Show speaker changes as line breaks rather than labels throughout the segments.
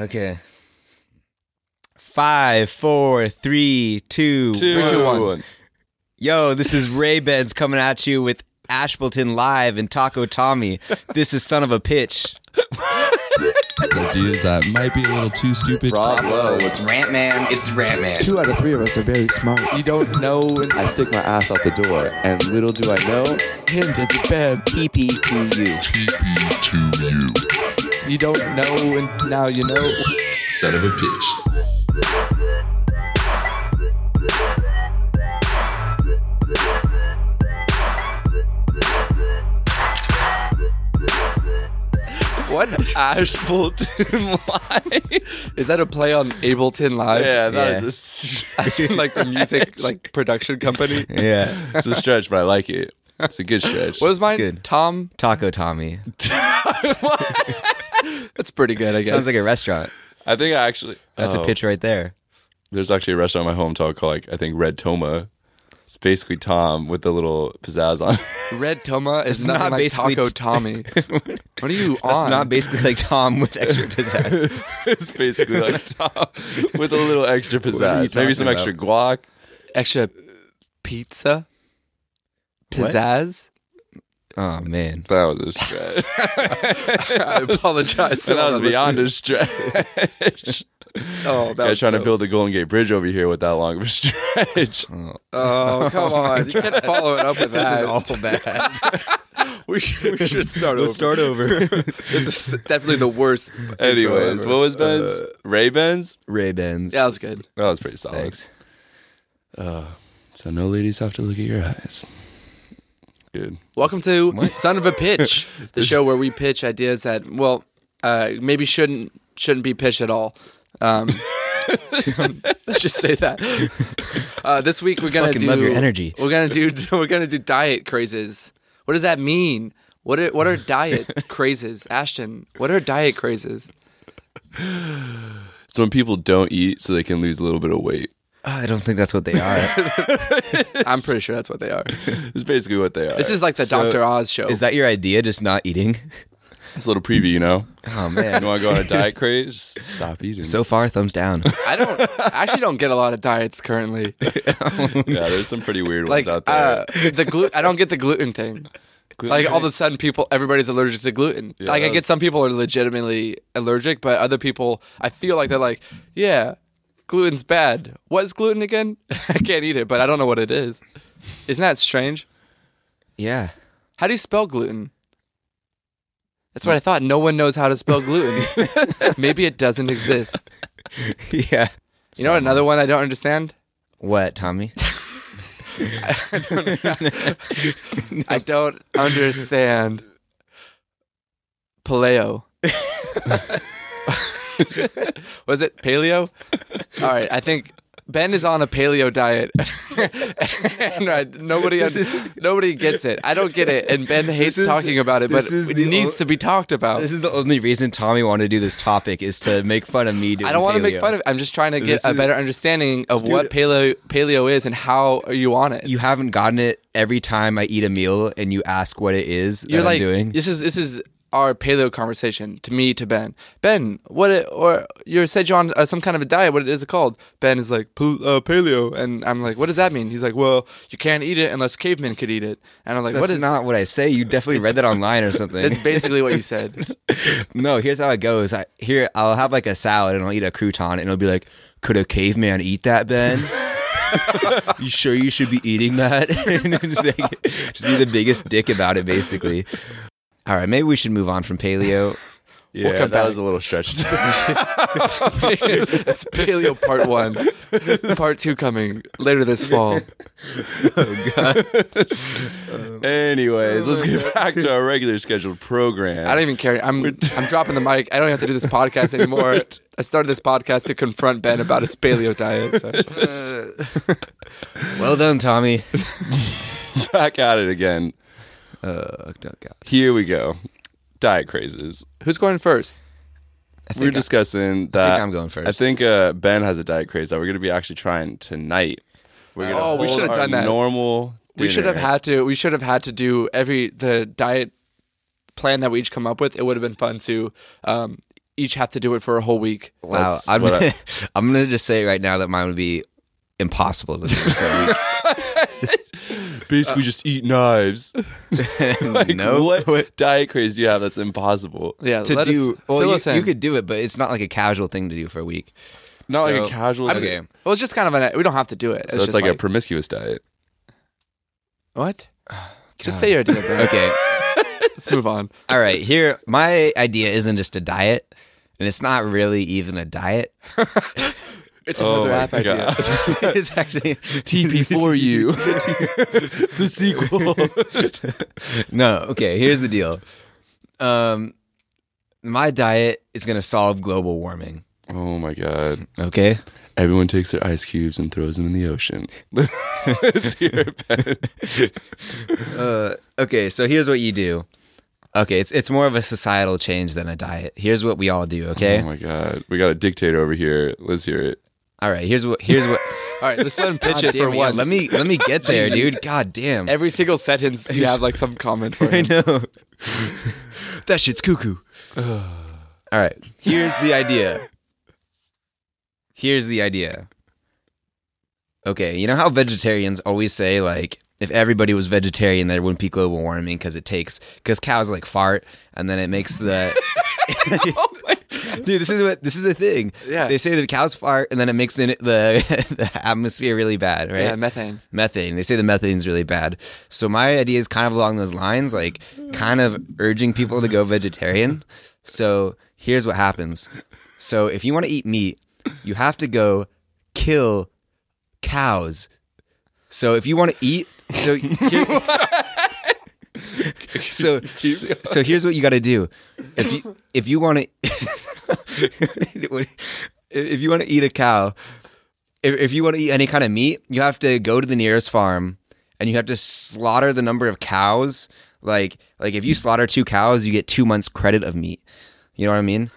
okay. Five, four, three, two,
Two.
one.
Three, two, one.
Yo, this is Ray Beds coming at you with Ashbleton Live and Taco Tommy. This is son of a pitch.
Ideas that might be a little too stupid.
Bravo.
It's Rant Man. It's Rant Man.
Two out of three of us are very smart.
You don't know when I stick my ass out the door, and little do I know.
Him does it bad.
PP to you.
You don't know, and now you know.
Son of a bitch.
What?
Ashbleton Live.
Is that a play on Ableton Live?
yeah,
that is
that
a
is
I seen like the music like production company.
Yeah.
it's a stretch, but I like it. It's a good stretch.
What was mine?
Good.
Tom.
Taco Tommy.
That's pretty good, I guess.
Sounds like a restaurant.
I think I actually
That's
oh,
a pitch right there.
There's actually a restaurant in my hometown called like I think Red Toma. It's basically Tom with a little pizzazz on. it.
Red Toma is
not
nothing like
basically
Taco
t-
Tommy. what are you on?
That's not basically like Tom with extra pizzazz.
it's basically like Tom with a little extra pizzazz, maybe
talking
some extra
about?
guac.
extra pizza pizzazz.
oh man.
That was a stretch.
I apologize. to
that
all
was
the
beyond a
listeners.
stretch.
Oh, that
Guy
was
trying
so-
to build the Golden Gate Bridge over here with that long of a stretch.
Oh, come on! You can't follow it up with that.
This is awful bad.
we, should, we should start over.
over.
This is definitely the worst. intro
Anyways,
ever.
what was Ben's? Ray Ben's?
Ray Benz.
Yeah, that was good.
Uh, That was pretty solid.
Thanks.
So no ladies have to look at your eyes. Good.
Welcome to Son of a Pitch, the show where we pitch ideas that well, uh, maybe shouldn't shouldn't be pitched at all. Um, let's just say that. Uh, this week we're gonna
Fucking
do
love your energy.
We're gonna do we're gonna do diet crazes. What does that mean? What are what are diet crazes, Ashton? What are diet crazes?
It's when people don't eat so they can lose a little bit of weight.
I don't think that's what they are.
I'm pretty sure that's what they are.
It's basically what they are.
This is like the
So,
Doctor Oz show.
Is that your idea? Just not eating?
it's a little preview, you know.
Oh
You
man.
want to go on a diet craze? Stop eating.
So far, thumbs down.
I don't I actually don't get a lot of diets currently.
yeah, there's some pretty weird
Like
ones out there.
uh, the glu- I don't get the gluten thing. Like all of a sudden, people, everybody's allergic to gluten.
Yeah,
like I get
that's-
some people are legitimately allergic, but other people, I feel like they're like, yeah, gluten's bad. What is gluten again? I can't eat it, but I don't know what it is. Isn't that strange?
Yeah.
How do you spell gluten? That's what I thought. No one knows how to spell gluten. Maybe it doesn't exist.
Yeah.
You know what? Another one I don't understand.
What, Tommy?
I don't understand paleo. Was it paleo? All right, I think Ben is on a paleo diet, and I, nobody un- nobody gets it. I don't get it, and Ben hates
is-
talking about it, but
this is
it
the
needs
o-
to be talked about.
This is the only reason Tommy wanted to do this topic is to make fun of me. Doing
I don't want to make
paleo.
fun of. it. I'm just trying to get
This
a
is-
better understanding of what paleo paleo is and how are you on it.
you. Haven't gotten it every time I eat a meal, and you ask what it is that
you're like
I'm doing.
this is this is our paleo conversation to me to Ben. Ben, what it, or you said you're on uh, some kind of a diet. What is it called? Ben is like "Pal- uh, paleo, and I'm like, what does that mean? He's like, well, you can't eat it unless cavemen could eat it, and I'm like,
That's
what is
not what I say. You definitely read that online or something.
That's basically what you said.
No, here's how it goes. I here I'll have like a salad and I'll eat a crouton and it'll be like, could a caveman eat that, Ben? you sure you should be eating that? and it's like, just be the biggest dick about it, basically. All right, maybe we should move on from paleo.
yeah,
come
that
back.
was a little stretched.
That's paleo part one. Part two coming later this fall.
Anyways, let's get back to our regular scheduled program.
I don't even care. I'm I'm dropping the mic. I don't have to do this podcast anymore. I started this podcast to confront Ben about his paleo diet. So.
Well done, Tommy.
back at it again.
Oh, God.
Here we go. Diet crazes.
Who's going first?
We We're discussing that.
I'm going
I
first.
think uh, Ben has a diet craze that we're going to be actually trying tonight. We're gonna
Oh, we
hold
should've
our
done that.
Normal.
We should have
dinner.
had to. We should have had to do every the diet plan that we each come up with. It would have been fun to um, each have to do it for a whole week.
Wow,
That's
I'm
what I-
gonna, I, am gonna just say right now that mine would be impossible. To do for
Basically, just eat knives.
a week.
Like,
no,
what, diet craze do you have that's impossible?
Yeah,
to
let
do.
Us,
well,
fill
you,
us in.
you could do it, but it's not like a casual thing to do for a week.
Not like a
So-
casual.
Okay,
Well, it's just kind of an. We don't have to do it.
So
it's
it's,
just
like, a promiscuous diet.
what? Just say your idea, bro.
okay.
Let's move on.
All right, here my idea isn't just a diet, and it's not really even a diet.
It's
Oh
another
my
app idea.
God.
it's actually
TP4 you.
the sequel. no, okay, here's the deal. Um my diet is going to solve global warming,
oh my god.
okay?
Everyone takes their ice cubes and throws them in the ocean. It's your opinion.
Uh okay, so here's what you do. Okay, it's it's more of a societal change than a diet. Here's what we all do, okay?
Oh my god, we got a dictator over here. Let's hear it.
All right, here's what here's what
All right, let's let him pitch
God
it
damn
for
yeah,
once.
Let me let me get there, dude. God damn.
Every single sentence, you have like some comment for him.
know. that shit's cuckoo. All right. Here's the idea. Here's the idea. Okay, you know how vegetarians always say like if everybody was vegetarian there wouldn't be global warming because it takes because cows like fart and then it makes the Oh dude this is what this is a thing
Yeah.
they say the cows fart and then it makes the the, the atmosphere really bad right
Yeah, methane.
methane. They say the methane's really bad. So my idea is kind of along those lines, like kind of urging people to go vegetarian. So here's what happens. So if you want to eat meat, you have to go kill cows. So if you want to eat, so here, so, so so here's what you got to do. If you if you want to if you want to eat a cow, if, if you want to eat any kind of meat, you have to go to the nearest farm and you have to slaughter the number of cows. Like like if you slaughter two cows, you get two months credit of meat. You know what I mean?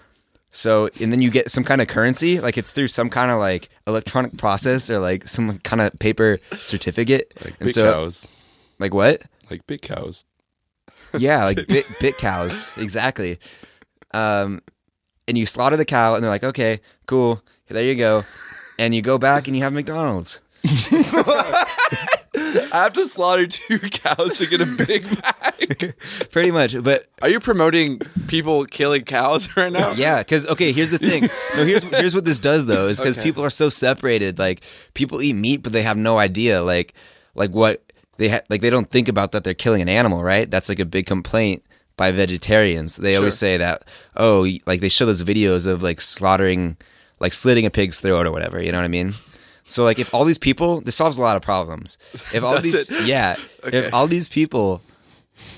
So and then you get some kind of currency, like it's through some kind of like electronic process or like some kind of paper certificate.
Like
and
big
so
cows.
like what?
Like big cows.
Yeah, like bit bit cows. Exactly. Um and you slaughter the cow and they're like, okay, cool, there you go. And you go back and you have McDonald's.
I have to slaughter two cows to get a Big Mac.
Pretty much. But
Are you promoting people killing cows right now?
Yeah, because okay, here's the thing. No, here's here's what this does though, is because
Okay.
people are so separated. Like people eat meat, but they have no idea like like what they ha- like they don't think about that they're killing an animal, right? That's like a big complaint by vegetarians. They always say that oh, y- like they show those videos of like slaughtering, like slitting a pig's throat or whatever. You know what I mean? So like if all these people, this solves a lot of problems. If all
Does
these, yeah, if all these people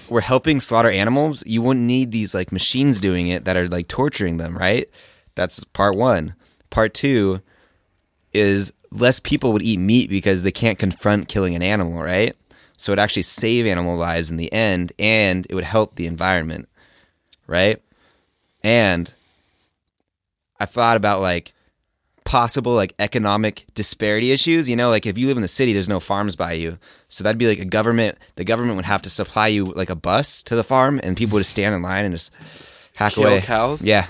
we're helping slaughter animals, you wouldn't need these like machines doing it that are like torturing them, right? That's part one. Part two is less people would eat meat because they can't confront killing an animal, right? So it actually save animal lives in the end, and it would help the environment, right? And I thought about like possible like economic disparity issues. You know, like if you live in the city, there's no farms by you, so that'd be like a government. The government would have to supply you like a bus to the farm, and people would just stand in line and just hack
Kill
away
cows?
Yeah,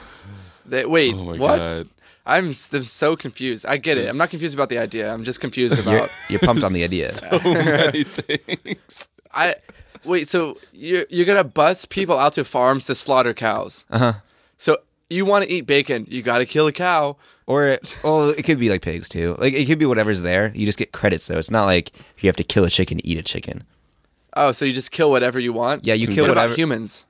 They, wait,
Oh my
what?
god.
I'm, s- I'm so confused. I get it. I'm not confused about the idea. I'm just confused about.
you're pumped on the idea.
So
Oh
many things.
I wait. So you're you're gonna bust people out to farms to slaughter cows. Uh
Uh-huh.
huh. So you want to eat bacon? You got to kill a cow.
Or it, well, it could be like pigs too. Like it could be whatever's there. You just get credits though. It's not like you have to kill a chicken to eat a chicken.
Oh, so you just kill whatever you want?
Yeah, you
What
kill
about
whatever-
humans.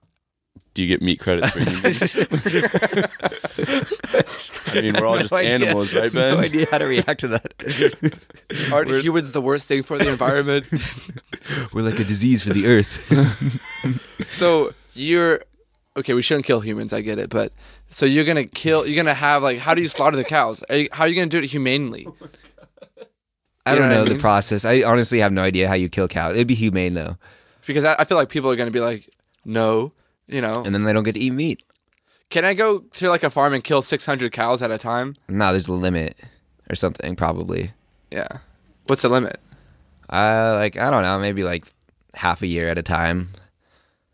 Do you get meat credits for humans? I mean, we're all just
idea.
animals, right, Ben?
No idea how to react to that.
Are humans the worst thing for the environment?
We're like a disease for the earth.
so you're okay. We shouldn't kill humans. I get it, but so you're gonna kill. You're gonna have like how do you slaughter the cows? Are you, how are you gonna do it humanely?
I
You
don't
know what
know,
I
the
mean?
process. I honestly have no idea how you kill cows. It'd be humane though,
Because I, I feel like people are gonna be like, no, you know,
and then they don't get to eat meat.
can I go to like a farm and kill 600 cows at a time?
No, there's a limit or something probably.
Yeah. What's the limit?
Uh, like I don't know, maybe like half a year at a time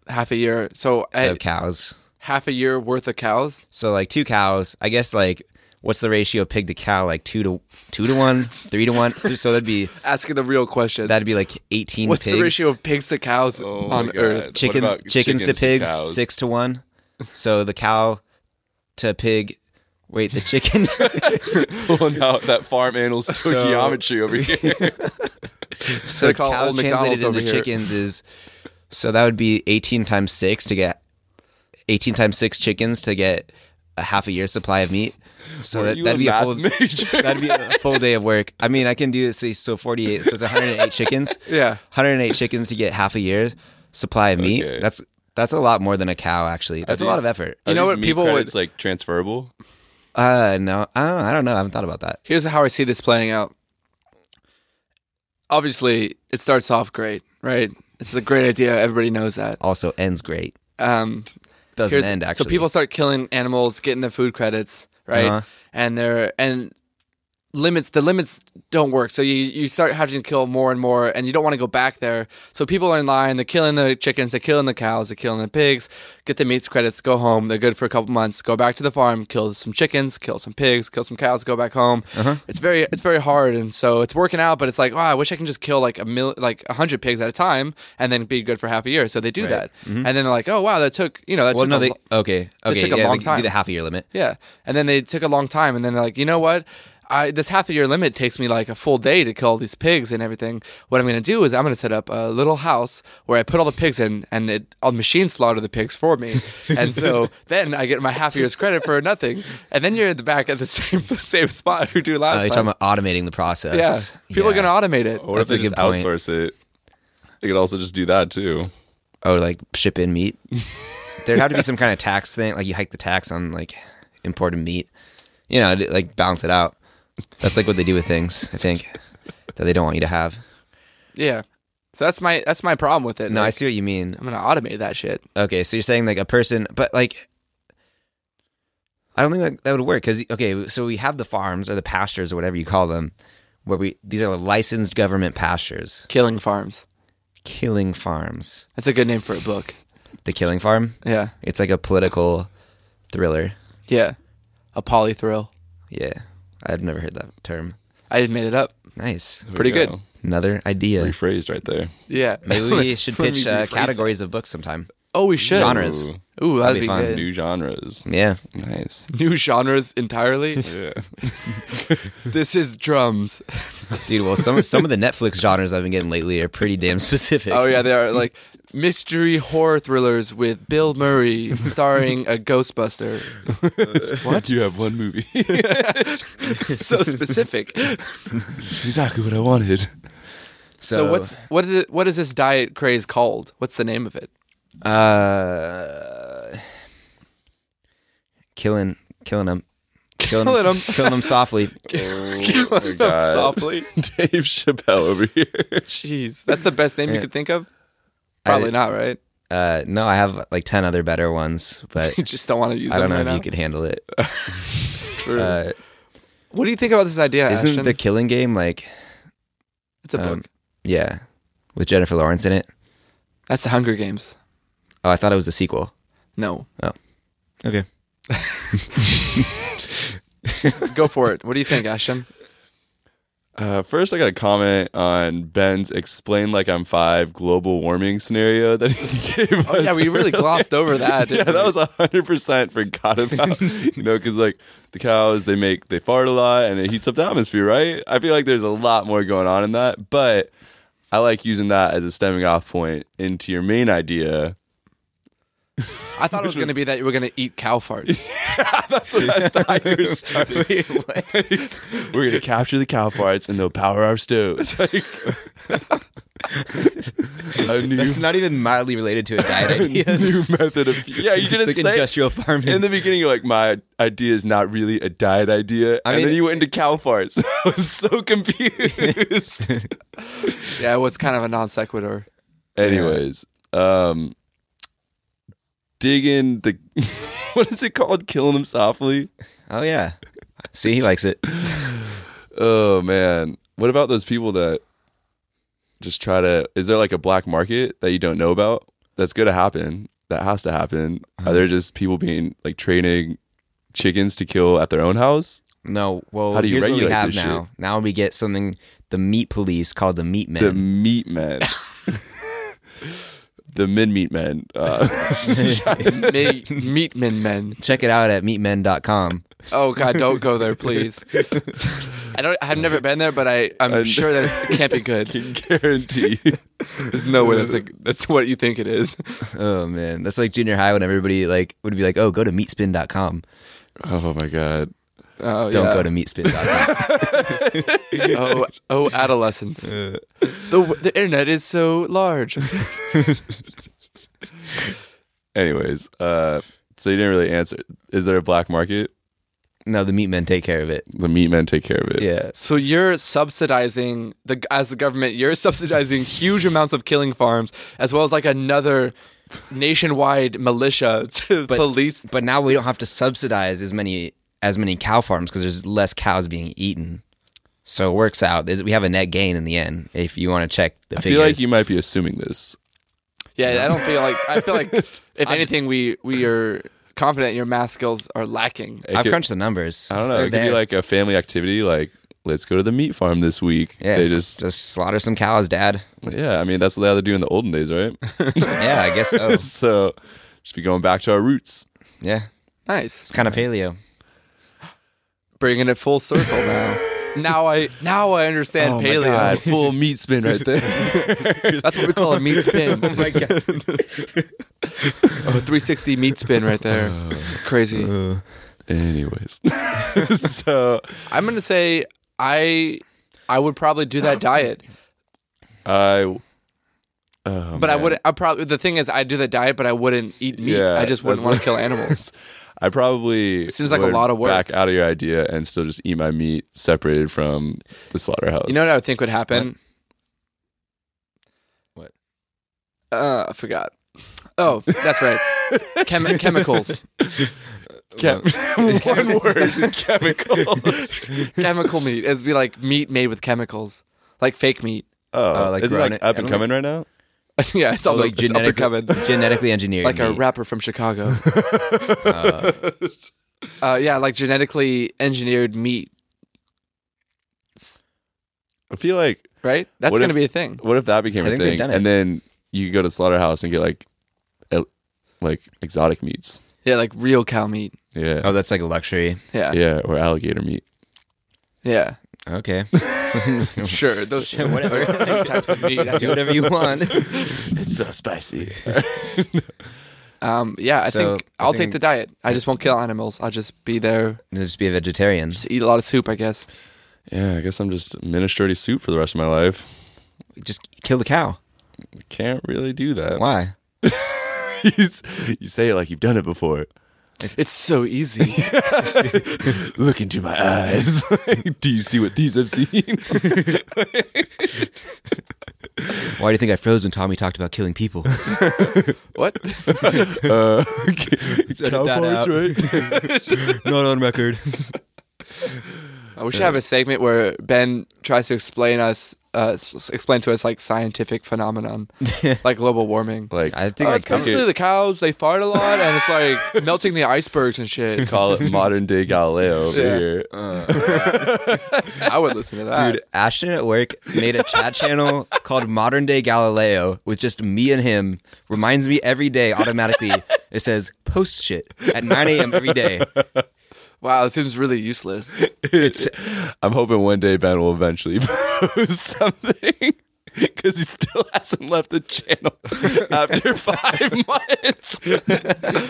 Half a year. So I,
of cows.
half a year worth of cows.
So like two cows. I guess like what's the ratio of pig to cow? Like two to two to one, three to one. So that'd be
Asking the real questions.
that'd be like eighteen.
What's
pigs.
the ratio of pigs to cows
Oh my
on
God.
Earth?
chickens
What about
chickens, to
chickens to
pigs
cows?
six to one. So the cow to pig. Wait, the chicken.
Pulling out that farm animals stoichiometry over here.
so
They call it
cows
Old
translated
McDonald's
into
over here.
chickens is. So that would be eighteen times six to get eighteen times six chickens to get a half a year supply of meat. So
Were
that,
you
that'd
a
be a
math
full.
major?
That'd be a full day of work. I mean, I can do this. say, So 48. So it's 108 chickens.
Yeah.
108 chickens to get half a year's supply of meat.
Okay.
That's that's a lot more than a cow. Actually, that's a lot of
these-
effort.
You know
Are these
what
meat
people would-
credits, like transferable.
Uh, no, I don't, I don't know. I haven't thought about that.
Here's how I see this playing out. Obviously, it starts off great, right? It's a great idea. Everybody knows that.
Also, ends great.
Um,
Doesn't
here's-
end actually.
So people start killing animals, getting their food credits, right?
Uh-huh.
And they're and limits the limits don't work. So you you start having to kill more and more, and you don't want to go back there. So people are in line. They're killing the chickens. They're killing the cows. They're killing the pigs. Get the meat credits. Go home. They're good for a couple months. Go back to the farm. Kill some chickens. Kill some pigs. Kill some cows. Go back home.
Uh-huh.
It's very it's very hard, and so it's working out. But it's like, oh, I wish I can just kill like a mil like a hundred pigs at a time, and then be good for half a year. So they do that, and then they're like, oh wow, that took you know that
Mm-hmm. Well,
took
no,
a
they
lo-
okay. Okay,
took a
yeah,
long
they
time.
do the half a year limit.
yeah. And then they took a long time, and then they're like, you know what? I, this half a year limit takes me like a full day to kill all these pigs and everything. What I'm going to do is I'm going to set up a little house where I put all the pigs in, and it, I'll machine slaughter the pigs for me. and so then I get my half year's credit for nothing. And then you're at the back at the same same spot who do
Oh,
last
you're
time.
talking about automating the
yeah,
process.
people
Yeah.
are going to automate it.
Or
That's
if
a
they just
good point.
outsource it, they could also just do that too.
Oh, like ship in meat. There'd have to be some kind of tax thing. Like you hike the tax on like imported meat. You know, to, like balance it out. That's like what they do with things. I think that they don't want you to have.
Yeah, so that's my that's my problem with it.
No, I
Like,
see what you mean.
I'm going to automate that shit.
Okay, so you're saying like a person, but like, I don't think that, that would work because okay, so we have the farms or the pastures or whatever you call them, where we these are licensed government pastures,
Killing farms.
killing farms.
That's a good name for a book.
The Killing Farm.
Yeah,
It's like a political thriller.
yeah, a polythrill.
Yeah, I've never heard that term.
I just made it up.
Nice,
There
Pretty
we
good.
go.
another idea.
Rephrased right there.
Yeah.
Maybe we should
Let me
pitch uh,
rephrase
categories of books sometime.
that. Oh, we should.
Genres.
Ooh,
Ooh, that'd,
That'd be
be,
fun.
good.
new genres.
Yeah,
Nice.
New genres entirely.
Yeah.
this is drums.
dude. Well, some some of the Netflix genres I've been getting lately are pretty damn specific.
Oh yeah, they are like mystery horror thrillers with Bill Murray starring a Ghostbuster.
What? You have one movie.
so specific.
exactly what I wanted.
So, what's what is it, what is this diet craze called? What's the name of it?
Uh, killing, killing them, killing,
Killing
them,
'em.
killing them softly. Uh,
Softly.
Dave Chappelle over here.
Jeez, that's the best name you could think of.
I-
Probably not, right?
Uh, no, I have like ten other better ones, but
you just don't want to use
I don't
them
know
right
if
now.
you could handle it.
True.
Uh,
what do you think about this idea,
isn't
Ashton?
the Killing Game like
it's a
um,
book.
yeah, with Jennifer Lawrence in it?
That's the Hunger Games.
Oh, I thought it was a sequel.
No,
Okay,
go for it. What do you think, Ashton?
Uh, first, I got a comment on Ben's "Explain Like I'm Five Global Warming" scenario that he gave
Oh,
us.
Oh, Yeah, we really
earlier.
glossed over that.
Yeah,
didn't
that
we?
was hundred percent forgot about. you know, because like the cows, they make they fart a lot and it heats up the atmosphere, right? I feel like there's a lot more going on in that, but I like using that as a stemming off point into your main idea.
I thought it was going to be that you were going to eat cow farts.
That's what I thought you were starting. We're gonna capture the cow farts and they'll power our stoves. Like, a new,
it's not even mildly related to a diet idea.
new method of yeah.
It's
You didn't
like
say
industrial farming.
in the beginning, you're like, my idea is not really a diet idea. and
mean-
then you went into cow farts. I was so confused.
yeah, it was kind of a non sequitur.
Anyways, um, digging the. what is it called? Killing him softly?
oh yeah, see, he likes it.
Oh, man. What about those people that just try to. Is there like a black market that you don't know about? That's going to happen. that has to happen. Are there just people being like training chickens to kill at their own house?
No, well,
How do you
here's what we
regulate
have
this shit?
now. Now we get something the meat police called the meat men.
The meat men. the mid meat men. Uh,
Me- Meatman men.
Check it out at meatmen.com.
Oh God, don't go there, please. I don't. I've never been there, but I. I'm sure that can't be good.
can guarantee.
There's no way that's like that's what you think it is.
Oh man, that's like junior high when everybody like would be like, "Oh, go to meatspin.com."
oh my god.
Oh
Don't
yeah.
go to meatspin.com.
Oh oh, adolescence. the w- the internet is so large.
Anyways, uh, so you didn't really answer. Is there a black market?
no, the meat men take care of it.
The meat men take care of it.
Yeah.
So you're subsidizing the as the government, you're subsidizing huge amounts of killing farms as well as like another nationwide militia to police.
But now we don't have to subsidize as many as many cow farms because there's less cows being eaten. So it works out. There's- We have a net gain in the end. If you want to check the
I
figures,
feel like you might be assuming this.
Yeah, I don't feel like I feel like if anything we we are confident your math skills are lacking.
It
I've
could-
crunched the numbers.
I don't know.
They're
it could be
there.
like a family activity, like let's go to the meat farm this week.
yeah,
They just,
just slaughter some cows, Dad.
yeah. I mean, that's what they had to do in the olden days, right?
Yeah, I guess so.
so just be going back to our roots.
yeah,
Nice.
it's kind of paleo.
Bringing it full circle now. Now I now I understand paleo.
Oh full meat spin right there.
Oh That's what we call a meat spin. Oh my god. 360 meat spin right there. It's crazy.
Anyways, so
I'm gonna say I I would probably do that diet,
I. oh,
but I would I probably the thing is I do that diet, but I wouldn't eat meat.
Yeah,
I just wouldn't
that's
want to
what-
kill animals.
I probably
seems like a
would
lot of work.
Back out of your idea and still just eat my meat separated from the slaughterhouse.
You know what I would think would happen?
What?
Uh, I forgot. Oh, that's right. Chem- chemicals,
Chem- one word chemicals.
chemical meat. It'd be like meat made with chemicals, like fake meat.
Oh,
Uh, like
isn't
grown
that
it-
up and
I don't
coming right now?
yeah, it's all
Oh,
like it's up and coming.
genetically engineered,
like a
meat.
rapper from Chicago. uh, yeah, like genetically engineered meat,
I feel like
right? That's
What
gonna
if-
be a thing.
what if that became
I
a
think they've
thing,
done it.
and then you go to slaughterhouse and get like, el- like exotic meats.
Yeah, like real cow meat.
Yeah.
Oh, that's like a luxury.
Yeah, yeah,
yeah, or alligator meat.
Okay,
sure. Those whatever types of meat.
do whatever you want.
It's so spicy.
Um, yeah, I
So,
think
I
I'll
think-
take the diet. I just won't kill animals. I'll just be there,
Just be a vegetarian.
just eat a lot of soup, I guess.
yeah, I guess I'm just minestrone soup for the rest of my life.
Just kill the cow.
Can't really do that.
Why?
you say it like you've done it before.
It's so easy.
Look into my eyes. do you see what these have seen?
Why do you think I froze when Tommy talked about killing people?
what?
uh, okay. It's cow
that
farts,
out.
right?
Not on record.
Uh, We should have a segment where Ben tries to explain us, uh, s- explain to us like scientific phenomenon, like global warming.
Like
I think I
It's
covered.
basically the cows. They fart a lot, and it's like melting the icebergs and shit.
call it modern day Galileo over
Yeah.
here.
I would listen to that.
Dude, Ashton at work made a chat channel called Modern Day Galileo with just me and him. Reminds me every day automatically. It says post shit at 9 a.m. every day.
Wow, it seems really useless.
It's, I'm hoping one day Ben will eventually post something because he still hasn't left the channel after five months.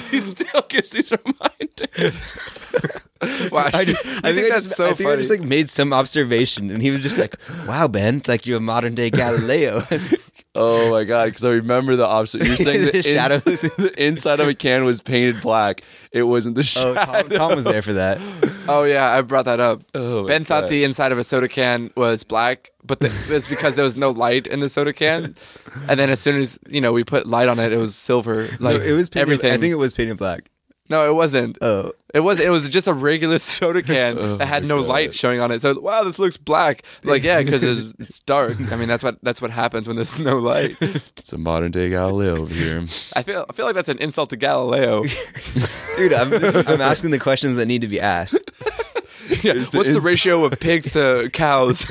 he still gets these reminders.
Wow, I, think, that's
just,
so
I think I
funny.
just like made some observation, and he was just like, "Wow, Ben, it's like you're a modern day Galileo."
Oh my god! Because I remember the opposite. You're saying the,
The shadow.
ins- the inside of a can was painted black. It wasn't the
oh,
shadow.
Tom, Tom was there for that.
oh yeah, I brought that up.
Oh,
ben
my
thought
God.
the inside of a soda can was black, but the, it was because there was no light in the soda can. And then as soon as you know we put light on it, it was silver. Like
it was painted,
everything.
I think it was painted black.
No, it wasn't.
Oh.
It was it was just a regular soda can that had no light showing on it. So wow, this looks black. Like yeah, because it's, it's dark. I mean that's what that's what happens when there's no light.
It's a modern day Galileo over here.
I feel I feel like that's an insult to Galileo.
Dude, I'm, just, I'm asking the questions that need to be asked.
Yeah, what's the ratio of pigs to cows?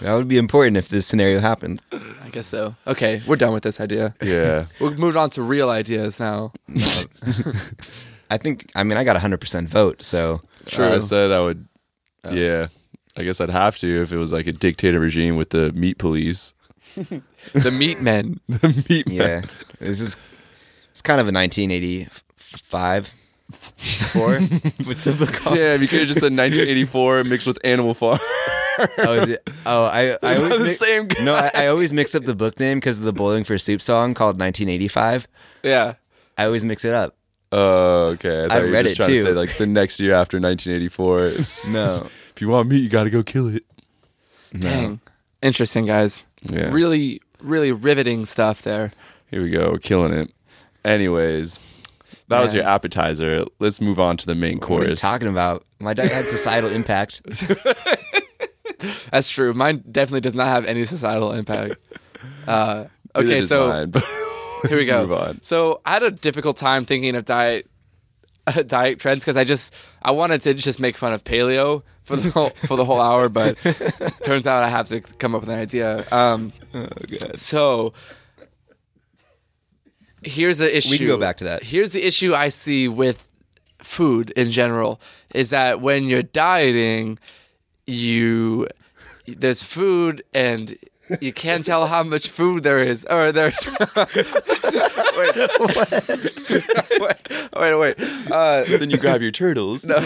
That would be important if this scenario happened.
I guess so. Okay, we're done with this idea.
Yeah.
We've moved on to real ideas now.
I think, I mean, I got 100% vote, so
True. I said I would. yeah. I guess I'd have to if it was like a dictator regime with the meat police.
The meat men.
meat men.
yeah. This is, it's kind of a 1985. Four? What's the book called?
Damn, you could have just said 1984 mixed with Animal Farm.
Oh, is it? Oh, I, I always
the
mix-
same guy.
No, I, I always mix up the book name because of the Bowling for Soup song called 1985.
Yeah.
I always mix it up.
Oh, okay. I, thought
I
you were
read it
just trying to
too.
say like the next year after 1984.
No.
if you want meat, you got to go kill it.
Dang. Interesting, guys.
Yeah.
Really, really riveting stuff there.
Here we go. We're killing it. Anyways, that was
Man.
your appetizer. Let's move on to the main
What are you
course.
talking about? My diet had societal impact.
That's true. Mine definitely does not have any societal impact. Uh,
Neither
okay,
does
so
mine, but
here we
let's
go.
Move on.
So I had a difficult time thinking of diet diet trends because I just I wanted to just make fun of paleo for the whole for the whole hour, but turns out I have to come up with an idea. Um, So here's the issue.
can go back to that.
Here's the issue I see with food in general is that when you're dieting, you there's food and you can't tell how much food there is or there's wait, wait wait wait uh,
then you grab your turtles.
no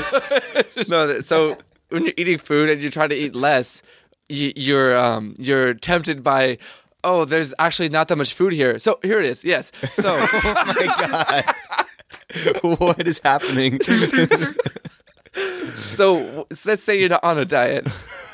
th- so when you're eating food and you try to eat less you, you're um you're tempted by oh there's actually not that much food here so here it is yes so
Oh
what is happening?
so w- let's say you're on a diet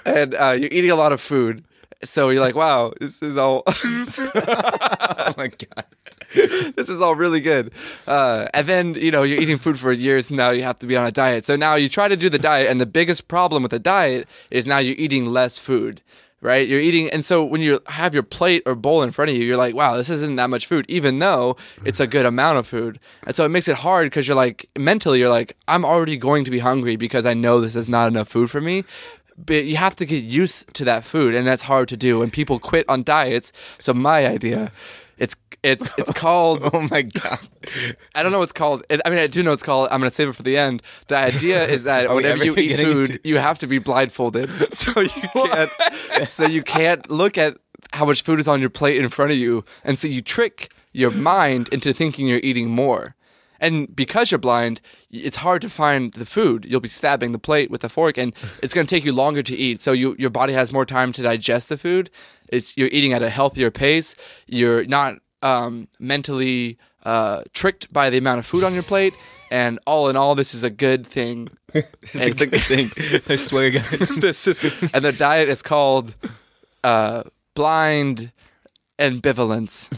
and uh, you're eating a lot of food so you're like wow this is all
oh my god.
this is all really good. Uh, and then, you know, you're eating food for years. Now you have to be on a diet. So now you try to do the diet. And the biggest problem with the diet is now you're eating less food, right? You're eating. And so when you have your plate or bowl in front of you, you're like, wow, this isn't that much food, even though it's a good amount of food. And so it makes it hard because you're like, mentally, you're like, I'm already going to be hungry because I know this is not enough food for me but you have to get used to that food and that's hard to do and people quit on diets so my idea it's it's it's called
Oh my god.
i don't know what it's called It- i mean i do know it's called i'm gonna save it for the end the idea is that
Are we ever
whenever you eat
getting
food
to-
you have to be blindfolded so you can't so you can't look at how much food is on your plate in front of you and so you trick your mind into thinking you're eating more and because you're blind y- it's hard to find the food you'll be stabbing the plate with a fork and it's going to take you longer to eat so you, your body has more time to digest the food it's, you're eating at a healthier pace you're not um, mentally uh, tricked by the amount of food on your plate and all in all this is a good thing
It's a good thing. I swear, guys.
this is, and their diet is called uh, blind ambivalence.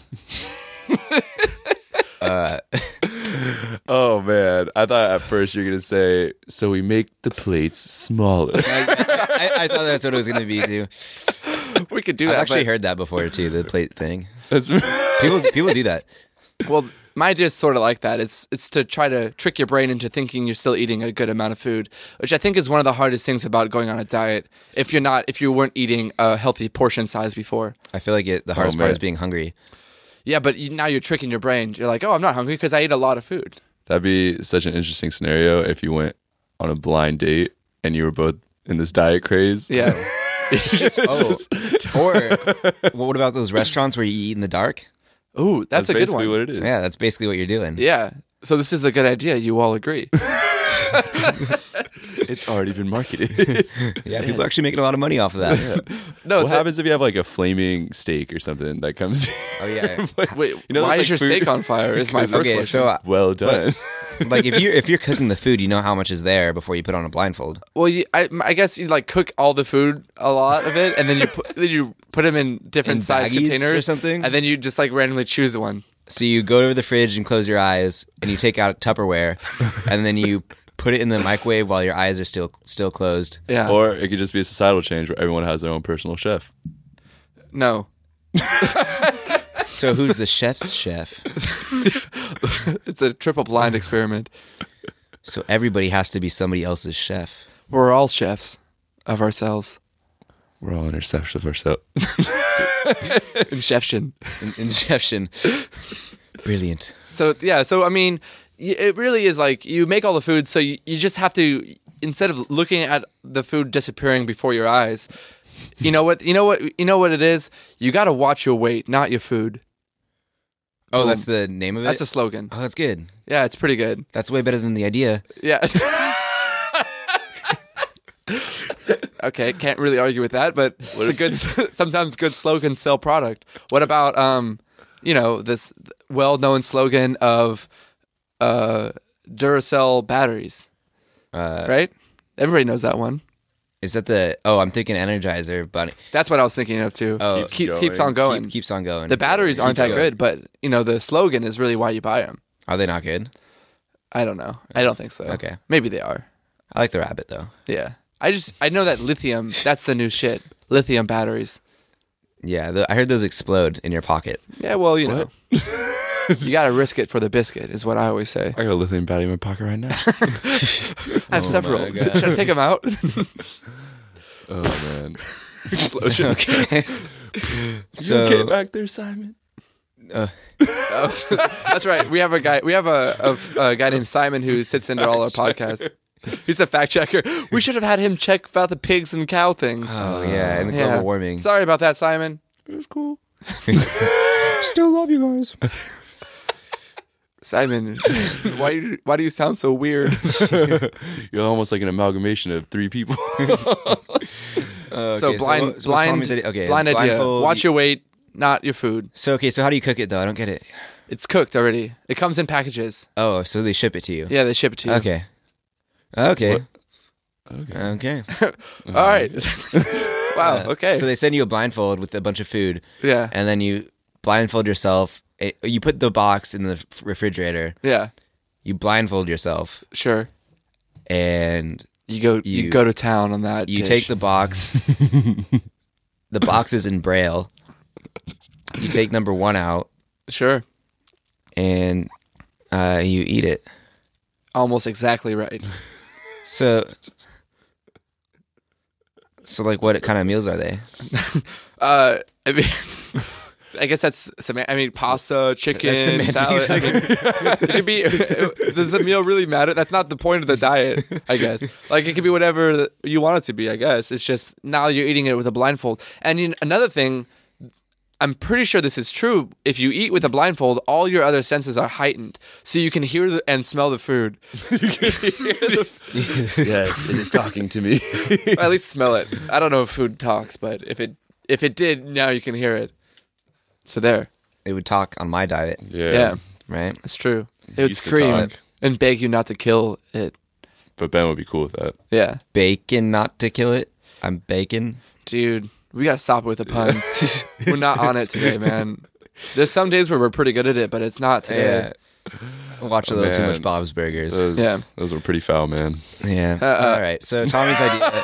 Oh man, I thought at first you were gonna say, so we make the plates smaller.
I, I thought that's what it was going to be too.
We could do
I've
that.
actually
but-
heard that before too. The plate thing.
That's
People people do that.
well, my idea is sort of like that. It's it's to try to trick your brain into thinking you're still eating a good amount of food, which I think is one of the hardest things about going on a diet. If you're not, if you weren't eating a healthy portion size before,
I feel like it, the hardest part
man.
is being hungry.
yeah. But you, now you're tricking your brain. You're like, oh, I'm not hungry because I ate a lot of food.
That'd be such an interesting scenario if you went on a blind date and you were both in this diet craze.
Yeah.
Oh, or what about those restaurants where you eat in the dark?
Ooh, that's,
that's
a good
basically
one.
what it is.
Yeah, that's basically what you're doing.
yeah. So this is a good idea. You all agree.
it's already been marketed.
Yeah, people are actually making a lot of money off of that.
No,
what
that-
happens if you have like a flaming steak or something that comes?
Oh yeah.
Wait,
know,
why
that's
is your
like food-
steak on fire? Is my first
Okay,
question.
so uh,
well done.
like if you if you're cooking the food, you know how much is there before you put on a blindfold.
well, you, I, I guess you like cook all the food, a lot of it, and then you put, then you put them in different
In
size
baggies
containers
or something?
and then you just like randomly choose one.
So you go to the fridge and close your eyes, and you take out Tupperware, and then you put it in the microwave while your eyes are still still closed.
Yeah.
Or it could just be a societal change where everyone has their own personal chef.
no.
So who's the chef's chef?
It's a triple blind experiment.
So everybody has to be somebody else's chef.
We're all chefs of ourselves.
We're all interception of ourselves.
Inception.
In- Inception. Brilliant.
So yeah, so I mean, y- it really is like you make all the food, so you, you just have to instead of looking at the food disappearing before your eyes, you know what, you know what, you know what it is. You got to watch your weight, not your food.
Oh, that's the name of it.
That's the slogan.
oh, that's good.
Yeah, it's pretty good.
That's way better than the idea.
Yeah. okay, can't really argue with that, but it's a good. Sometimes good slogans sell product. What about um, you know, this well-known slogan of uh Duracell batteries,
Uh,
right? Everybody knows that one.
Is that the? Oh, I'm thinking Energizer, but
That's what I was thinking of too.
Oh.
keeps keeps, on going.
keep, keeps on going.
the batteries aren't that
Keeps going.
good, but you know the slogan is really why you buy them.
Are they not good?
I don't know. I don't think so.
Okay.
maybe they are.
I like the rabbit though.
Yeah. I just I know that lithium, that's the new shit. Lithium batteries.
Yeah, the, I heard those explode in your pocket.
Yeah, well, you know. you got to risk it for the biscuit is what I always say.
I got a lithium battery in my pocket right now.
I have several.
Oh my
Should I take them out?
oh man.
Explosion. okay. so
Get back there, Simon.
that's right. We have a guy we have a, a, a guy named Simon who sits into all our podcasts. He's the fact checker. We should have had him check about the pigs and cow things.
Oh yeah, and the global warming.
Sorry about that, Simon.
It was cool.
Still love you guys.
Simon, why do you- why do you sound so weird?
You're almost like an amalgamation of three people.
Okay, what- so
so blind
what's
blind
Tommy's idea? Okay,
blind idea.
blindfold-
Watch your weight, not your food.
So okay, so how do you cook it though? I don't get it.
It's cooked already. It comes in packages.
Oh, so they ship it to you.
Yeah, they ship it to you.
Okay. Okay.
okay.
Okay.
All right. wow. Okay.
So they send you a blindfold with a bunch of food,
yeah.
and then you blindfold yourself. It- You put the box in the refrigerator.
yeah.
You blindfold yourself,
Sure.
and
You go. You,
You-
go to town on that.
you
dish.
take the box. the box is in braille. You take number one out,
Sure.
and uh, you eat it.
Almost exactly right.
So, so like, what kind of meals are they?
Uh, I mean. I guess that's sem- I mean pasta, chicken, salad. I mean, it could be. Does the meal really matter? That's not the point of the diet. I guess. Like it could be whatever th- you want it to be. I guess it's just now you're eating it with a blindfold. And you, another thing, I'm pretty sure this is true. If you eat with a blindfold, all your other senses are heightened, so you can hear the, and smell the food.
yes, it is talking to me.
Or at least smell it. I don't know if food talks, but if it if it did, now you can hear it. So there.
It would talk on my diet,
yeah.
Yeah,
right?
it's true. It would
Used to
scream
talk.
and beg you not to kill it.
But Ben would be cool with that.
Yeah,
Bacon, not to kill it. I'm bacon.
dude, we gotta stop with the puns. we're not on it today, man. There's some days where we're pretty good at it, but it's not today.
Watch a little too
man.
much Bob's Burgers.
Those, Uh,
Yeah.
Those were pretty foul, man.
yeah. All right. So Tommy's idea.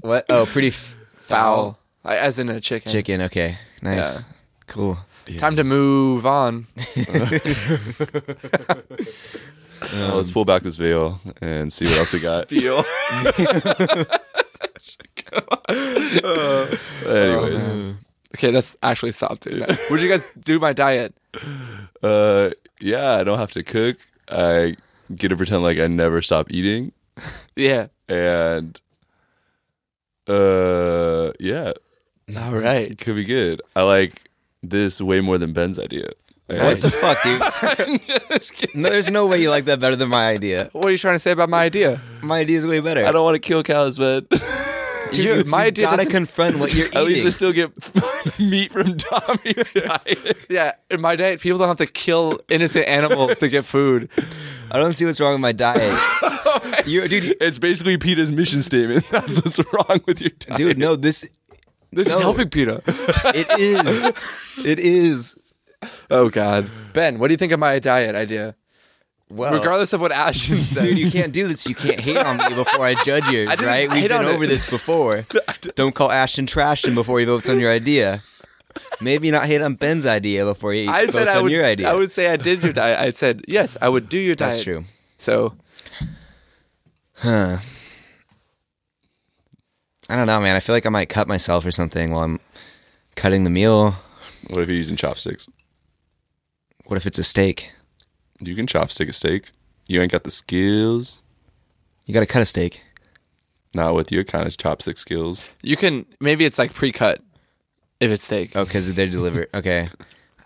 what? Oh, pretty f-
Foul, I- as in a chicken.
chicken. Okay. Nice.
Yeah.
Cool.
Time to move on.
Uh, let's pull back this veil and see what else we got.
Deal.
Anyways,
okay, that's actually stop, dude. Would you guys do my diet?
uh, yeah, I don't have to cook. I get to pretend like I never stop eating,
Yeah.
and uh, yeah,
All right.
could be good. I like this way more than Ben's idea. Like,
What the fuck, dude? no, there's no way you like that better than my idea.
What are you trying to say about my idea?
My idea is way better.
I don't want to kill cows, Ben.
Dude,
You-
you,
my
you
idea
gotta
doesn't-
confront what you're
At least
eating.
I still get meat from Tommy's diet.
Yeah, in my diet, people don't have to kill innocent animals to get food.
I don't see what's wrong with my diet.
Oh
you, dude,
It's basically PETA's mission statement. That's what's wrong with your diet.
dude, no, this
This is helping Peter.
it is, it is.
Oh God, Ben, what do you think of my diet idea?
Well,
Regardless of what Ashton
Dude,
said,
you can't do this. You can't hate on me before I judge yours,
I didn't
right? We've
hate
been
on
over
it.
this before. Don't call Ashton Trashton before he votes on your idea. Maybe not hate on Ben's idea before he
I
votes
said
on
I would.
your idea.
I would say I did your diet. I said yes, I would do your diet.
That's true.
So
Huh. I don't know, man. I feel like I might cut myself or something while I'm cutting the meal.
What if you're using chopsticks?
What if it's a steak?
You can chopstick a steak. You ain't got the skills.
You got to cut a steak.
Not with your kind of chopstick skills.
you can maybe it's like pre-cut if it's steak.
Oh, because they're delivered. Okay.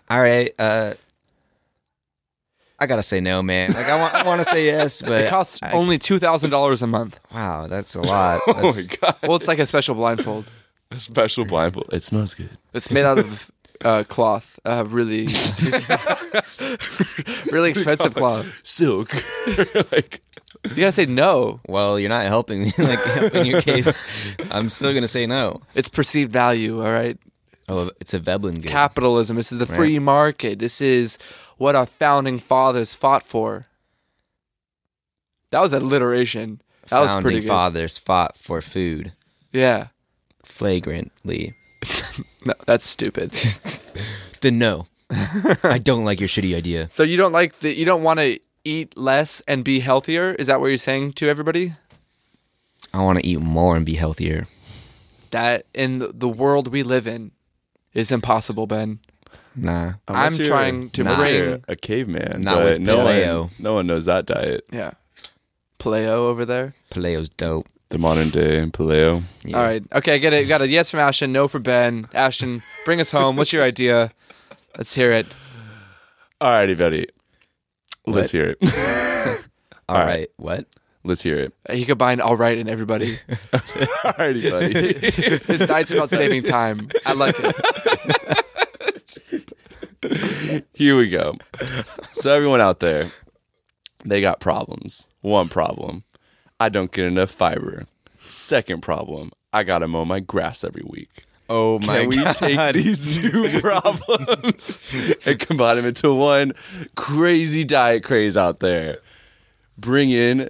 All right. Uh, I gotta say no, man. Like I want, I want to say yes, but
It costs
I-
only two thousand dollars a month.
wow, that's a lot.
Oh
That's,
my god!
Well, it's like a special blindfold.
Special blindfold. It smells good.
It's made out of uh, cloth, uh, really, really expensive cloth.
Silk. like
You gotta say no.
well, you're not helping me. like helping your case, I'm still gonna say no.
It's perceived value. All right.
Oh, it's a Veblen good.
capitalism. This is the free market. This is what our founding fathers fought for. That was alliteration. That was
Founding
pretty good.
fathers fought for food
Yeah.
flagrantly.
No, that's stupid.
Then no, I don't like your shitty idea.
so you don't like the you don't want to eat less and be healthier? Is that what you're saying to everybody?
I want to eat more and be healthier.
That in the- the world we live in is impossible, Ben.
Nah,
I'm
Unless you're-
trying to
Nah.
unless you're
bring
a caveman.
Not
but
with
no one,
paleo.
no one knows that diet.
yeah. Paleo over there.
Paleo's dope.
The modern day paleo.
Yeah.
All right. Okay, I get it. Got a yes from Ashton, no from Ben. Ashton, bring us home. What's your idea? Let's hear it.
Alrighty, buddy. Let's hear it.
All right. What?
Let's hear it.
He combined all right and everybody.
Alrighty, buddy.
His diet's about saving time. I like it.
Here we go. So everyone out there, they got problems. One problem, I don't get enough fiber. Second problem, I gotta mow my grass every week.
Oh my
Can we take these two problems and combine them into one crazy diet craze out there? Bring in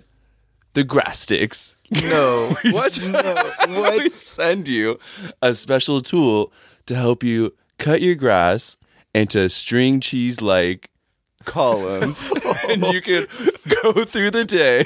the grass sticks.
No.
What? we send you a special tool to help you cut your grass into string cheese like columns. and you can go through the day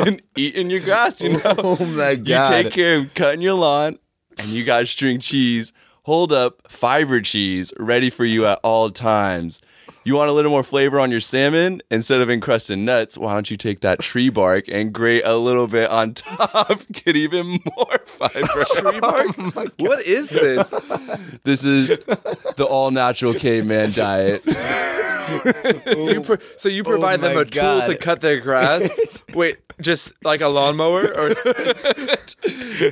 and eating your grass, you know?
Oh my
You
god.
take care of cutting your lawn, and you got string cheese. Hold up, fiber cheese, ready for you at all times. You want a little more flavor on your salmon? Instead of encrusting nuts, why don't you take that tree bark and grate a little bit on top? Get even more fiber. tree bark? what is this? this is the all natural caveman diet.
You pro- so you provide them
Oh my
a
God.
tool to cut their grass. Wait, just like a lawnmower, or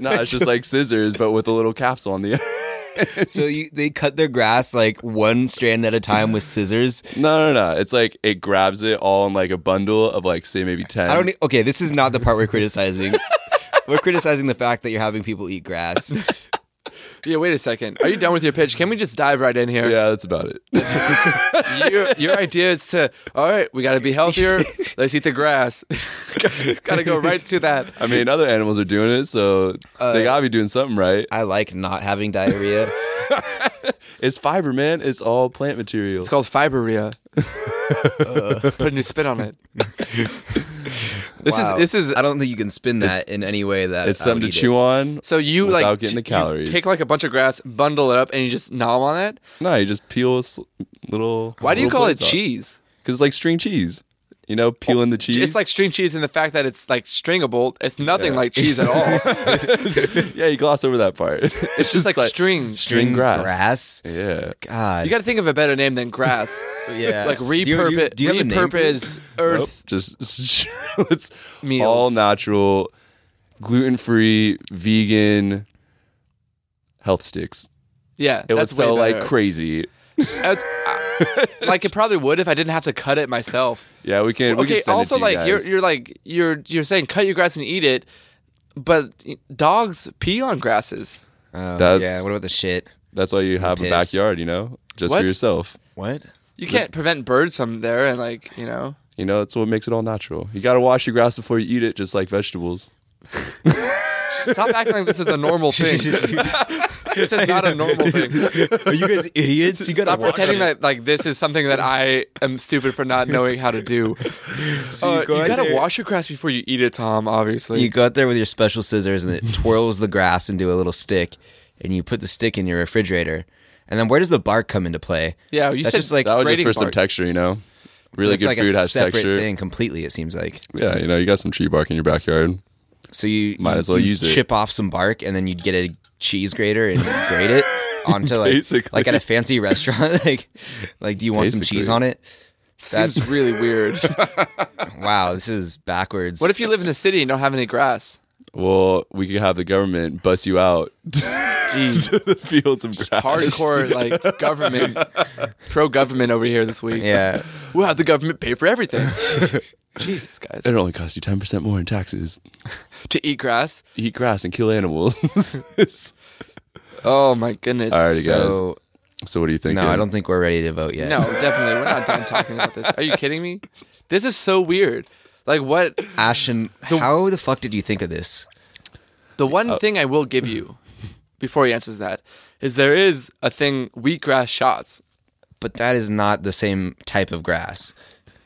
No, it's just like scissors, but with a little capsule on the end.
So you, they cut their grass like one strand at a time with scissors.
No, no, no. It's like it grabs it all in like a bundle of like, say, maybe 10.
I don't. e- Okay, this is not the part we're criticizing. we're criticizing the fact that you're having people eat grass.
yeah. Wait a second. Are you done with your pitch? Can we just dive right in here?
Yeah, that's about it.
Your, your idea is to all right. We got to be healthier. Let's eat the grass. got to go right to that.
I mean, other animals are doing it, so
Uh,
they gotta be doing something right.
I like not having diarrhea.
It's fiber, man. It's all plant material.
It's called fiberia.
Uh.
Put a new spin on it. This
Wow.
is this is
I don't think you can spin that in any way. That
It's
I
something
would
to
eat
chew on.
So you
without
like
getting the
you
calories.
take like a bunch of grass, bundle it up, and you just gnaw on it.
No, you just peel s- little.
Why do you
little
call it
plates off.
cheese?
Because it's like string cheese. You know, peeling the cheese.
Oh, It's like string cheese in the fact that it's like stringable. It's nothing like cheese at all.
yeah, you gloss over that part. It's just,
like string-
string grass.
Grass.
Yeah,
God.
you got to think of a better name than grass.
yeah.
Like
Do you- do you-
repurpose,
do you have a name for it?
repurpose
nope.
earth.
just it's
Meals.
all natural, gluten free, vegan health sticks.
Yeah,
It
that's
would sell
way
like
better.
crazy.
That's- I- like it probably would if I didn't have to cut it myself.
Yeah, we can. we can
okay,
send it
also
to you
like
guys.
you're you're like you're you're saying cut your grass and eat it, but dogs pee on grasses.
Oh,
That's-
yeah. What about the shit?
That's why you have a
piss.
backyard, you know? just
What?
for yourself.
What?
You can't prevent birds from there, and like you know,
You know, it's what makes it all natural. You got to wash your grass before you eat it, just like vegetables.
stop acting like this is a normal thing. this is not a normal thing.
Are you guys idiots? You gotta
Stop
watch
pretending
it.
that like this is something that I am stupid for not knowing how to do.
you
Uh, you,
go out
gotta
there-
wash your grass before you eat it, Tom. Obviously,
You go out there with your special scissors and it twirls the grass into a little stick, and you put the stick in your refrigerator. And then where does the bark come into play?
Yeah, you
That's
said
just like
That was just
Grating
for some
bark.
texture, you know? Really
that's
good
like
food
a
has
separate
texture.
thing completely. It seems like
Yeah, you know, you got some tree bark in your backyard.
so you
Might
you-
as well
you
use it.
Chip off some bark and then you'd get a cheese grater and grate it onto like
Basically.
like at a fancy restaurant. like like do you want some cheese
Basically.
on it?
seems really weird.
Wow, this is backwards.
what if you live in a city and don't have any grass?
Well, we could have the government bust you out
Jeez,
to the fields of grass.
hardcore like government, pro government over here this week.
Yeah.
We'll have the government pay for everything. Jesus, guys,
It'll only cost you 10% more in taxes.
to eat grass.
Eat grass and kill animals.
Oh my goodness.
Alrighty, guys.
So
so, what do you think?
no, I don't think we're ready to vote yet.
No, definitely. We're not done talking about this. Are you kidding me? This is so weird. Like what
Ashton, how the fuck did you think of this?
the one thing I will give you before he answers that is there is a thing wheatgrass shots.
but that is not the same type of grass.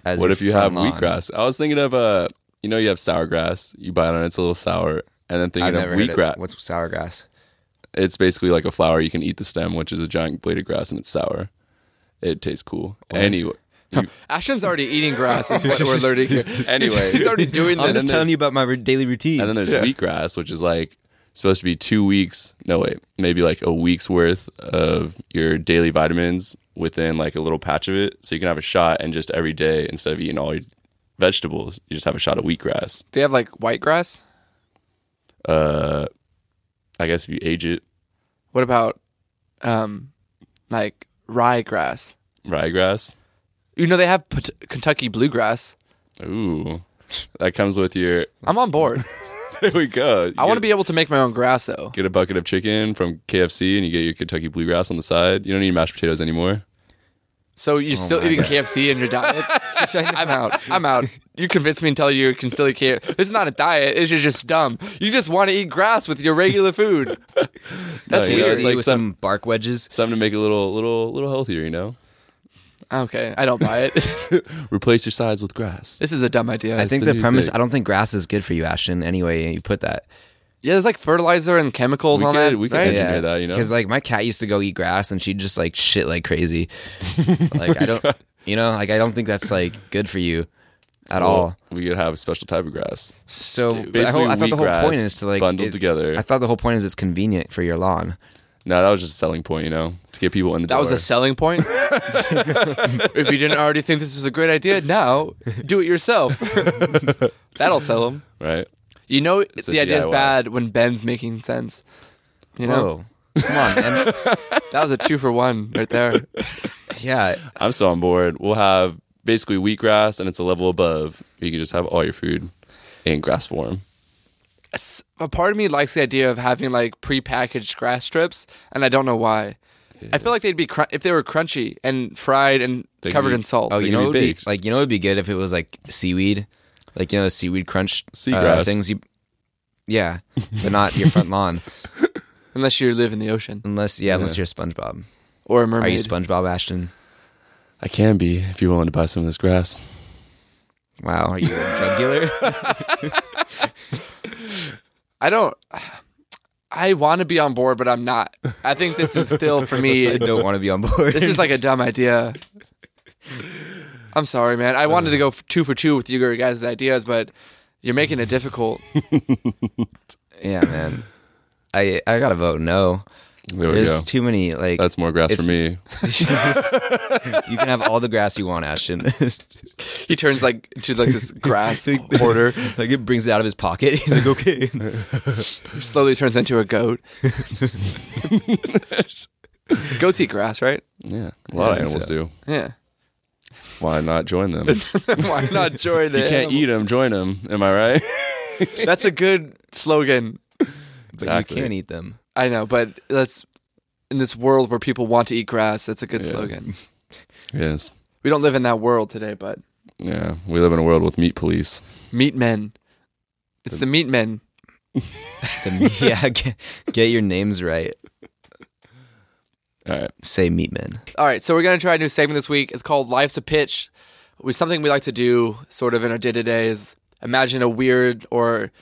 As
What
your
if you have
front lawn.
wheatgrass? I was thinking of uh, you know, you have sour grass. You bite on it, it's a little sour, and then
I've
thinking of
never heard
wheatgrass.
of What's sour grass?
it's basically like a flower. You can eat the stem, which is a giant blade of grass, and it's sour. It tastes cool. Anyway, you-
Ashton's already eating grass is what we're learning here.
Anyway.
He's already doing
I'm
I'm
And
this.
just
just then telling
telling
there's-
you
you
about my daily routine.
and then there's wheatgrass, which is like supposed to be two weeks. No wait, maybe like a week's worth of your daily vitamins within like a little patch of it. So you can have a shot, and just every day instead of eating all your vegetables, you just have a shot of wheatgrass.
Do you have like white grass?
Uh, I guess if you age it,
What about um like rye grass?
ryegrass.
You know they have Put- Kentucky bluegrass.
Ooh, that comes with your.
I'm on board.
There we go. You
I want to
get-
be able to make my own grass though.
get a bucket of chicken from KFC and you get your Kentucky bluegrass on the side. You don't need mashed potatoes anymore.
So
Oh
you're still
my
eating
God.
KFC in your diet? I'm out. I'm out. You convinced me until you can still eat KFC. This is not a diet. It's just, just dumb. You just want to eat grass with your regular food. That's
you know,
Weird.
it's
weird.
like
with
some-
some, bark wedges.
Something to make it a little, little, little healthier. You know,
okay, I don't buy it.
replace your sides with grass.
this is a dumb idea.
I think
the
the
new
premise.
thing.
I don't think grass is good for you, Ashton. Anyway, you put that.
yeah, there's like fertilizer and chemicals
We
on
could-
that.
we could
right?
edit Engineer that, you know?
because like my cat used to go eat grass and she'd just like shit like crazy. like I don't, you know, like I don't think that's like good for you at all.
Well, we could have a special type of grass.
So but I,
Basically,
whole- I thought the whole
wheatgrass
point is to like
bundled
it-
together.
I thought the whole point is it's convenient for your lawn.
No, that was just a selling point. You know, to get people in the
That was a selling point. if you didn't already think this was a great idea, now do it yourself. That'll sell them.
a right.
You know,
a
the idea is
DIY.
bad when Ben's making sense. You know,
Oh,
Whoa. Come on, man.
that was a two for one right there.
Oh, yeah.
I'm still on board. We'll have basically wheatgrass and it's a level above. You can just have all your food in grass form.
s- a part of me likes the idea of having like prepackaged grass strips, and I don't know why. I feel like they'd be crun- if they were crunchy and fried and
They could
covered
be-
in salt.
Oh,
They
you
can
know,
be
it would be,
baked.
like you know, it'd be good if it was like seaweed, like you know, the seaweed crunch uh,
Seagrass.
things. You, yeah, but not your front lawn,
unless you live in the ocean
unless yeah, unless you're SpongeBob.
or a
Are you
mermaid.
SpongeBob Ashton?
I can be if you're willing to buy some of this grass.
Wow, are you a drug dealer?
I don't. I want to be on board, but I'm not. I think this is still for me.
I don't want to be on board.
this is like a dumb idea. I'm sorry, man. I wanted to go f- two for two with you guys' ideas, but you're making it difficult.
yeah, man. I I gotta vote no.
There we go.
There's too many like
That's more grass
It's-
for me.
you can have all the grass you want, Ashton.
He turns like to like this grass hoarder.
like it brings it out of his pocket. He's like, okay.
slowly turns into a goat. Goats eat grass, right?
Yeah, a lot
I
of
think
animals
so.
do.
Yeah.
Why not join them?
Why not join
You can't eat them, join them. Am I right?
That's a good slogan.
But you can eat them.
I know, but let's in this world where people want to eat grass. That's a good slogan.
Yes.
We don't live in that world today, but
Yeah. We live in a world with meat police.
meat men. It's the meat men.
The- yeah, get, get your names right.
All right.
Say Meatman.
All right, so we're gonna try a new segment this week. It's called Life's a Pitch. It's something we like to do sort of in our day to day is imagine a weird or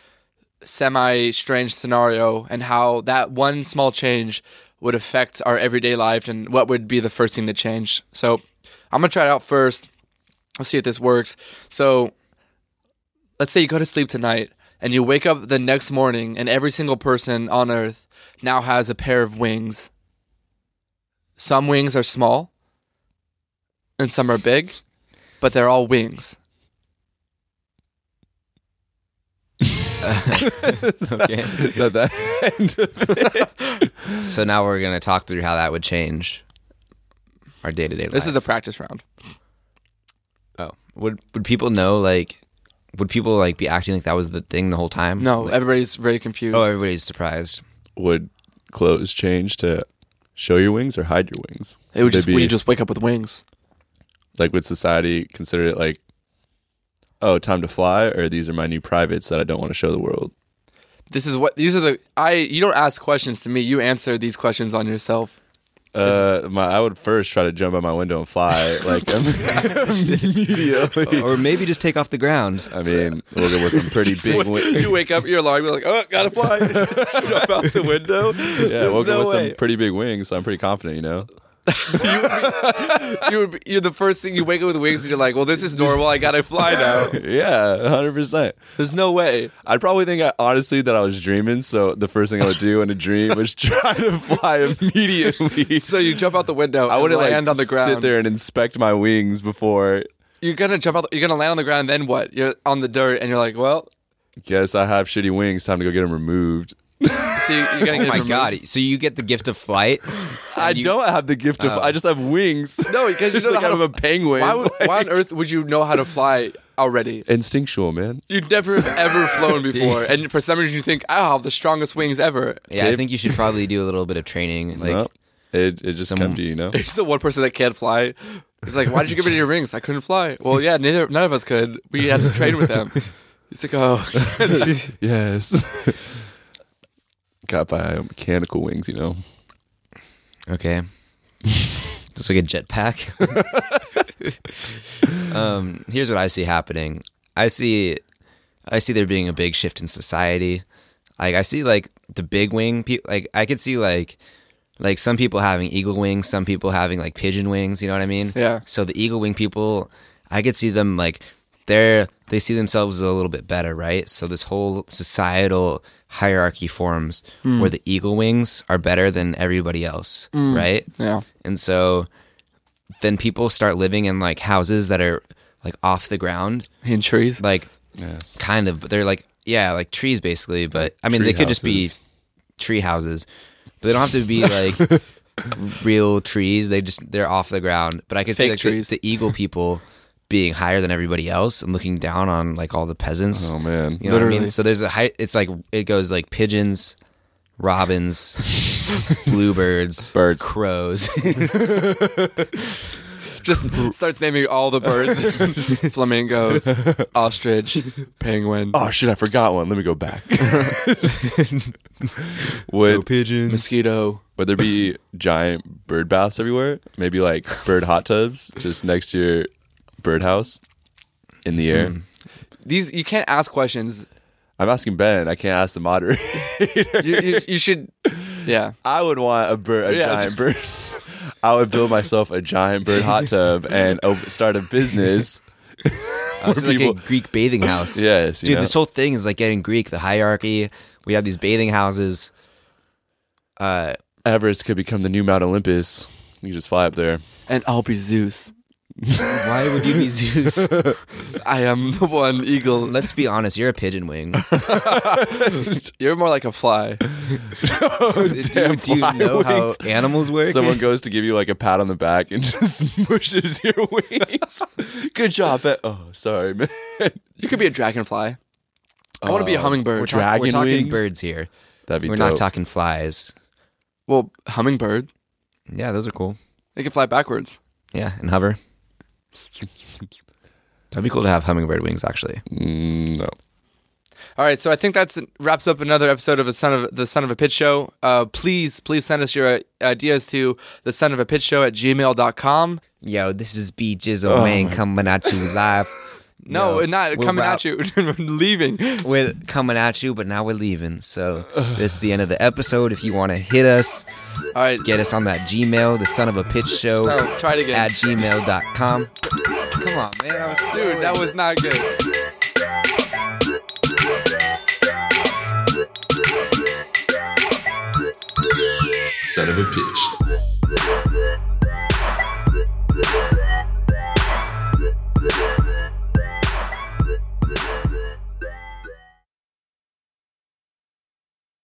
semi strange scenario and how that one small change would affect our everyday life and what would be the first thing to change. So I'm gonna try it out first. Let's see if this works. So let's say you go to sleep tonight and you wake up the next morning and every single person on earth now has a pair of wings. Some wings are small and some are big, but they're all wings.
Okay.
That, that end of it.
so now we're gonna talk through how that would change our day to day life.
This is a practice round.
oh. Would would people know like would people like be acting like that was the thing the whole time?
No,
Like,
everybody's very confused.
oh, everybody's surprised.
Would clothes change to show your wings or hide your wings?
it would just
They'd
we
be-
just wake up with wings.
like would society consider it like oh time to fly or these are my new privates that i don't want to show the world
This is what these are the I you don't ask questions to me, you answer these questions on yourself.
uh my i would first try to jump out my window and fly like
Oh,
immediately
or maybe just take off the ground.
i mean we'll go with some pretty big wings
you wake up, you're alarmed, you're like, oh, gotta fly. Just jump out the window.
yeah we'll
no
go with
way.
some pretty big wings so i'm pretty confident you know
You would be, you're the first thing you wake up with wings, and you're like, well, this is normal. I gotta fly now.
yeah 100%
There's no way.
i'd probably think I, honestly that i was dreaming so the first thing i would do in a dream was try to fly immediately
So you jump out the window.
i
and
wouldn't
land
like
on the ground.
sit there and inspect my wings before
you're gonna jump out. You're gonna land on the ground, and then what? You're on the dirt, and you're like, well,
guess i have shitty wings time to go get them removed
so you- you're gonna
Oh
get
my
removed.
god! So you get the gift of flight.
I
and you-
don't have the gift of. I just have wings.
Ah. No, because you
just
don't know
like
how
I'm
to-
a penguin.
Why, would, why on
like-
earth would you know how to fly already?
Instinctual, man.
You never have ever flown before, and for some reason you think, I have the strongest wings ever.
Yeah, I think you should probably do a little bit of training. Like,
Well, it it just come to you, you know.
He's the one person that can't fly. He's like, why did you get rid of your rings? I couldn't fly. Well, yeah, neither none of us could. We had to train with them. He's like, oh,
yes. Got by mechanical wings, you know.
okay, just like a jetpack. um, here's what I see happening. I see, I see there being a big shift in society. Like, I see like the big wing. Pe- like, I could see like, like some people having eagle wings, some people having like pigeon wings. You know what I mean?
Yeah.
So the eagle wing people, I could see them like they're they see themselves as a little bit better, right? So this whole societal hierarchy forms where the eagle wings are better than everybody else, right?
yeah.
And so then people start living in like houses that are like off the ground,
In trees.
like
Yes.
kind of, but they're like yeah, like trees basically, but I mean
Tree
they could just be
houses.
tree houses. But they don't have to be like real trees. They just they're off the ground. But I could
Fake
see like, the-
trees.
The, eagle people being higher than everybody else and looking down on like all the peasants.
Oh man.
You know what I mean?
Uh-huh. Literally.
So there's a high. It's like it goes like pigeons, robins, bluebirds,
Birds.
crows.
Just starts naming all the birds flamingos, ostrich, penguin,
Oh shit! I forgot one. Let me go back. would
pigeons.
mosquito.
would there be giant bird baths everywhere? Maybe like bird hot tubs just next to your birdhouse in the
Hmm.
air.
These you can't ask questions.
I'm asking Ben. I can't ask the moderator.
You, you, you should, yeah.
I would want a bird, a
Yeah, it's-
giant bird. I would build myself a giant bird hot tub and op- start a business.
Oh, this is like a
people-
Greek bathing house.
Yes, you
dude.
know.
This whole thing is like getting Greek. The hierarchy. We have these bathing houses. Uh,
Everest could become the new Mount Olympus. You could just fly up there.
And I'll be Zeus.
why would you be Zeus?
I am the one eagle.
Let's be honest. You're a pigeon wing.
You're more like a fly.
do, you- Oh, do you know how animals work?
Someone goes to give you like a pat on the back and just pushes your wings. Good job, Ben. Oh, sorry, man.
You could be a dragonfly. I want to be a hummingbird.
we're, talk- we're
dragon
talking
wings?
birds here.
That'd be
We're
dope.
not talking flies.
well, hummingbird.
Yeah, those are cool.
They can fly backwards.
Yeah, and hover. That'd be cool to have hummingbird wings, actually.
Mm, no.
All right, so I think that's wraps up another episode of a son of the son of a pitch show. Uh, please, please send us your uh, ideas to the son of a pitch show at gmail.com.
Yo, this is Beaches, oh man, coming at you live.
No,
Yo,
not
we're
coming
wrap-
at you, leaving.
We're coming at you, but now we're leaving. So this is the end of the episode. If you want to hit us,
All right,
get us on that Gmail, the son of a pitch show
No, try it again.
at gmail.com. Come on, man. I was
dude, that was not good.
Son of a bitch.